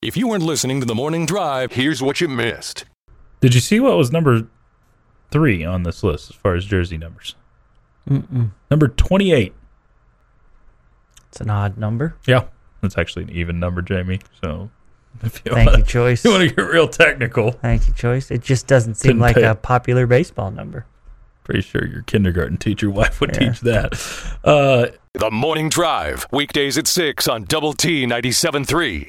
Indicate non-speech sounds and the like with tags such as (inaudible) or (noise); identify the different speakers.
Speaker 1: If you weren't listening to the morning drive,
Speaker 2: Here's what you missed.
Speaker 3: Did you see what was number three on this list as far as jersey numbers?
Speaker 4: Mm-mm.
Speaker 3: Number 28.
Speaker 4: It's an
Speaker 3: (laughs)
Speaker 4: odd number.
Speaker 3: Yeah. That's actually an even number, Jamie. So (laughs) if you
Speaker 4: Thank
Speaker 3: wanna,
Speaker 4: you, Choice.
Speaker 3: you want to get real technical,
Speaker 4: Thank you, Choice. It just doesn't seem
Speaker 3: Didn't
Speaker 4: like
Speaker 3: pay.
Speaker 4: a popular baseball number.
Speaker 3: pretty sure your kindergarten teacher wife would
Speaker 4: Yeah.
Speaker 3: teach that. Uh,
Speaker 1: the morning drive, weekdays at 6 on Double T 97.3.